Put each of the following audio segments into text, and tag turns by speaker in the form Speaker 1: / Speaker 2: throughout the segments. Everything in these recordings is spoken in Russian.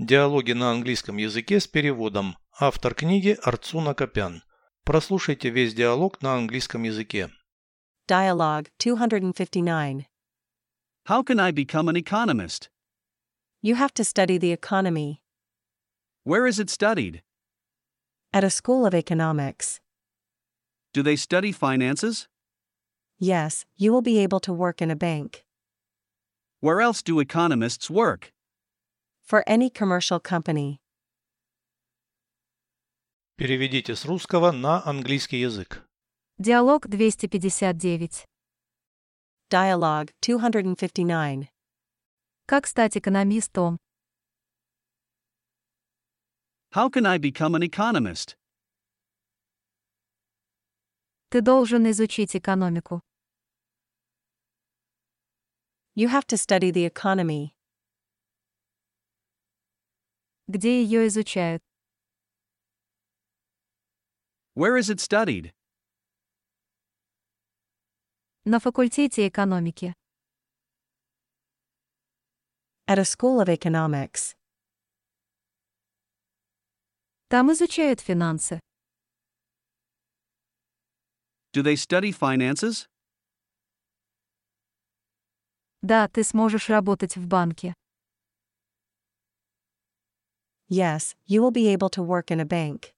Speaker 1: Диалоги на английском языке с переводом. Автор книги Арцуна Копян. Прослушайте весь диалог на английском языке.
Speaker 2: Dialogue 259.
Speaker 3: How can I become an economist?
Speaker 2: You have to study the economy.
Speaker 3: Where is it studied?
Speaker 2: At a school of economics.
Speaker 3: Do they study finances?
Speaker 2: Yes, you will be able to work in a bank.
Speaker 3: Where else do economists work?
Speaker 2: For any commercial company.
Speaker 1: Переведите с русского на английский язык.
Speaker 4: Диалог 259.
Speaker 2: Dialogue 259.
Speaker 4: Как стать экономистом?
Speaker 3: How can I become an economist?
Speaker 4: Ты должен изучить экономику.
Speaker 2: You have to study the economy.
Speaker 4: Где ее изучают?
Speaker 3: Where is it studied?
Speaker 4: На факультете экономики.
Speaker 2: At a school of economics.
Speaker 4: Там изучают финансы.
Speaker 3: Do they study finances?
Speaker 4: Да, ты сможешь работать в банке.
Speaker 2: Yes, you will be able to work in a bank.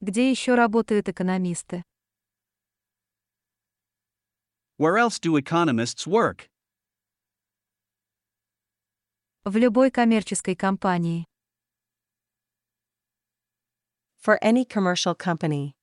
Speaker 4: Где еще работают экономисты?
Speaker 3: Where else do economists work?
Speaker 4: В любой коммерческой компании.
Speaker 2: For any commercial company.